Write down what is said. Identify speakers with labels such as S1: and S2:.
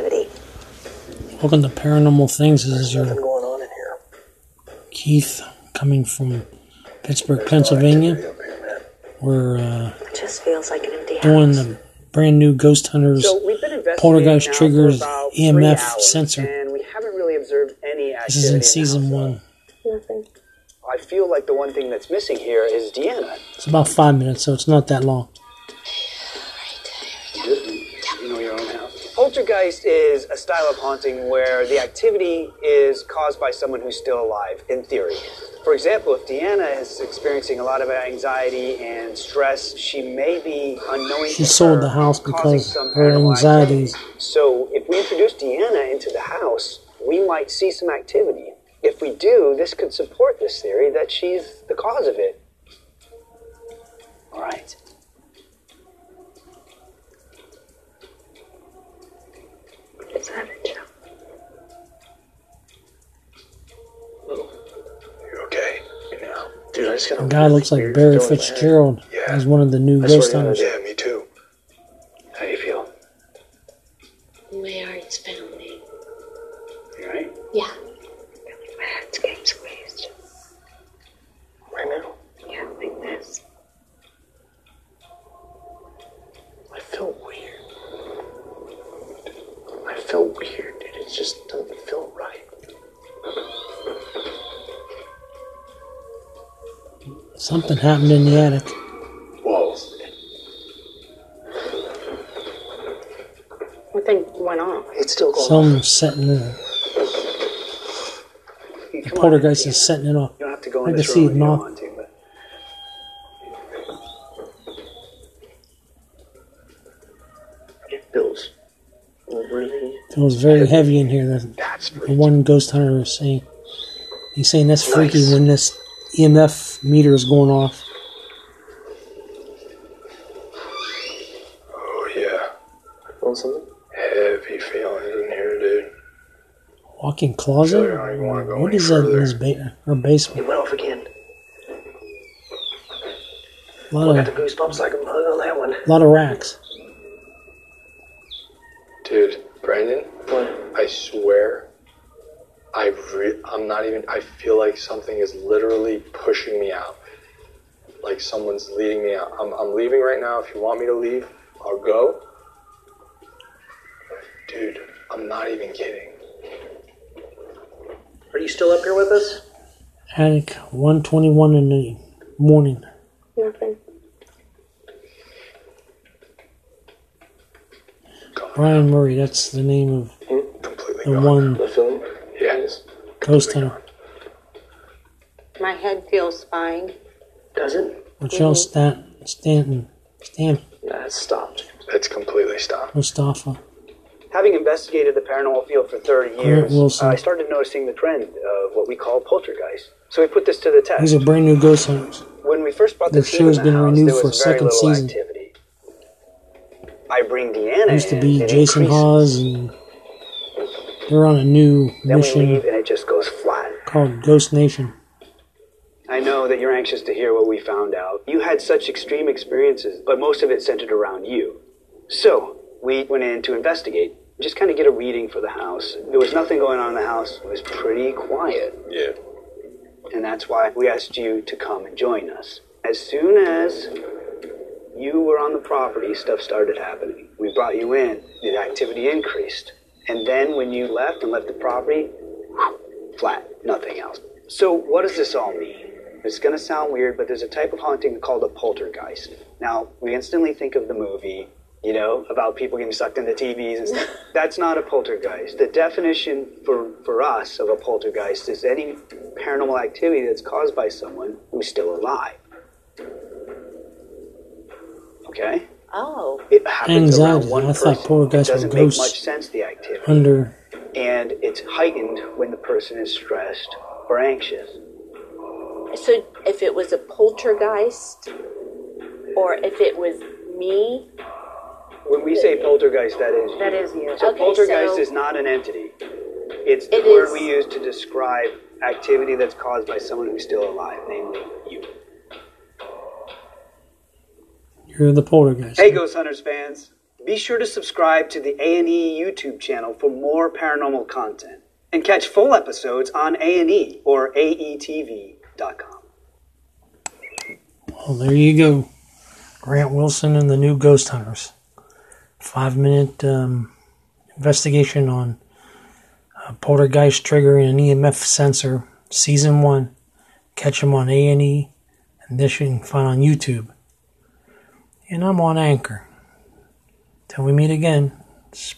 S1: activity.
S2: Welcome to Paranormal Things. This is
S1: Nothing
S2: your
S1: going on in here.
S2: Keith coming from Pittsburgh, Pennsylvania.
S1: Up here, man.
S2: We're uh,
S3: It just feels like an empty house.
S2: doing the brand new Ghost Hunters.
S4: So we've been investigating
S2: Poltergeist
S4: now for
S2: triggers
S4: about three
S2: EMF
S4: hours,
S2: sensor.
S4: and we haven't really observed any activity.
S2: This is
S4: in
S2: in
S4: the
S2: season
S4: house.
S2: one.
S3: Nothing.
S4: I feel like the one thing that's missing here is Deanna.
S2: It's about five minutes, so it's not that long.
S4: You know your own house. Poltergeist is a style of haunting where the activity is caused by someone who's still alive, in theory. For example, if Deanna is experiencing a lot of anxiety and stress, she may be unknowingly.
S2: She sold the house because her anxieties.
S4: So if we introduce Deanna into the house, we might see some activity. If we do, this could support this theory that she's the cause of it. All right.
S3: Is that it, Joe?
S1: You okay? Yeah. Dude, I just got
S2: The guy looks like Barry Fitzgerald as one of the new Ghost Hunters.
S1: Yeah, me too.
S4: How do you feel?
S3: My heart's pounding.
S4: You all right?
S3: Yeah. My heart's getting squeezed.
S1: Right now,
S3: Yeah, like this.
S1: I feel weird. I feel weird, dude. It just doesn't feel right.
S2: Something happened in the attic.
S1: Whoa.
S3: One thing went off.
S4: It's still going.
S2: Someone's setting it. The poltergeist is setting it off.
S4: You don't have to go
S2: I
S4: in
S2: can
S4: this
S2: see
S4: room
S2: it
S4: if you don't
S2: now.
S4: want to, but
S1: It feels really.
S2: Feels very heavy in here. The
S1: That's
S2: the
S1: freaky.
S2: one ghost hunter is saying he's saying that's freaky when this EMF meter is going off.
S1: Oh, yeah.
S4: Feeling something?
S1: Heavy feelings in here, dude.
S2: Walk-in closet.
S1: Sure, I don't wanna go
S2: what
S1: any
S2: is that in
S1: further.
S2: his ba- her basement?
S1: It went off again.
S2: A lot
S1: Got the
S2: of
S1: goosebumps like a mug on that one.
S2: lot of racks.
S5: Dude, Brandon,
S1: What?
S5: I swear, I re- I'm not even. I feel like something is literally pushing me out. Like someone's leading me out. I'm, I'm leaving right now. If you want me to leave, I'll go. Dude, I'm not even kidding.
S4: Are you still up here with us?
S2: Attic 121 in the morning.
S3: Nothing.
S5: Gone.
S2: Brian Murray, that's the name of
S5: Completely
S2: the
S5: gone.
S2: one
S1: The film?
S5: Yes.
S2: ghost hunter.
S3: My head feels fine.
S1: Does it?
S2: Michelle Stat Stanton Stan
S1: Nah, it stopped.
S5: It's completely stopped.
S2: Mustafa.
S4: Having investigated the paranormal field for 30 years,
S2: Wilson.
S4: I started noticing the trend of what we call poltergeist. So we put this to the test.
S2: These are brand new ghost hunters.
S4: when we first brought
S2: The
S4: the
S2: show
S4: team
S2: has
S4: in the
S2: been
S4: house,
S2: renewed
S4: there
S2: for
S4: was
S2: a
S4: very
S2: second
S4: little
S2: season.
S4: activity. I bring Deanna
S2: Used to
S4: in,
S2: be
S4: it
S2: Jason
S4: increases.
S2: Hawes and they're on a new
S4: Then we
S2: mission
S4: leave and it just goes flat.
S2: called Ghost Nation.
S4: I know that you're anxious to hear what we found out. You had such extreme experiences, but most of it centered around you. So, we went in to investigate, just kind of get a reading for the house. There was nothing going on in the house, it was pretty quiet.
S5: Yeah.
S4: and that's why we asked you to come and join us. As soon as you were on the property, stuff started happening. We brought you in, the activity increased. And then when you left and left the property, whew, flat, nothing else. So, what does this all mean? It's gonna sound weird, but there's a type of haunting called a poltergeist. Now, we instantly think of the movie, you know, about people getting sucked into TVs and stuff. That's not a poltergeist. The definition for, for us of a poltergeist is any paranormal activity that's caused by someone who's still alive. Okay?
S3: Oh.
S4: It happens
S2: Anxiety.
S4: around one
S2: I thought
S4: person.
S2: poltergeists
S4: it
S2: were
S4: doesn't make
S2: ghosts.
S4: much sense, the activity.
S2: Under
S4: And it's heightened when the person is stressed or anxious.
S6: So if it was a poltergeist, or if it was me,
S4: When we say poltergeist, that is.
S3: That is you.
S4: So
S6: Okay,
S4: poltergeist
S6: so-
S4: is not an entity. It's the
S6: It
S4: word
S6: is-
S4: we use to describe activity that's caused by someone who's still alive, namely you.
S2: you're the poltergeist.
S4: Hey, Ghost Hunters fans. Be sure to subscribe to the A&E YouTube channel for more paranormal content and catch full episodes on A&E or E aetv.com.
S2: Well, Oh, there you go. Grant Wilson and the new Ghost Hunters. Five minute um, investigation on a poltergeist triggering an EMF sensor. Season one. Catch them on A and E, and this you can find on YouTube. And I'm on Anchor. Till we meet again. s-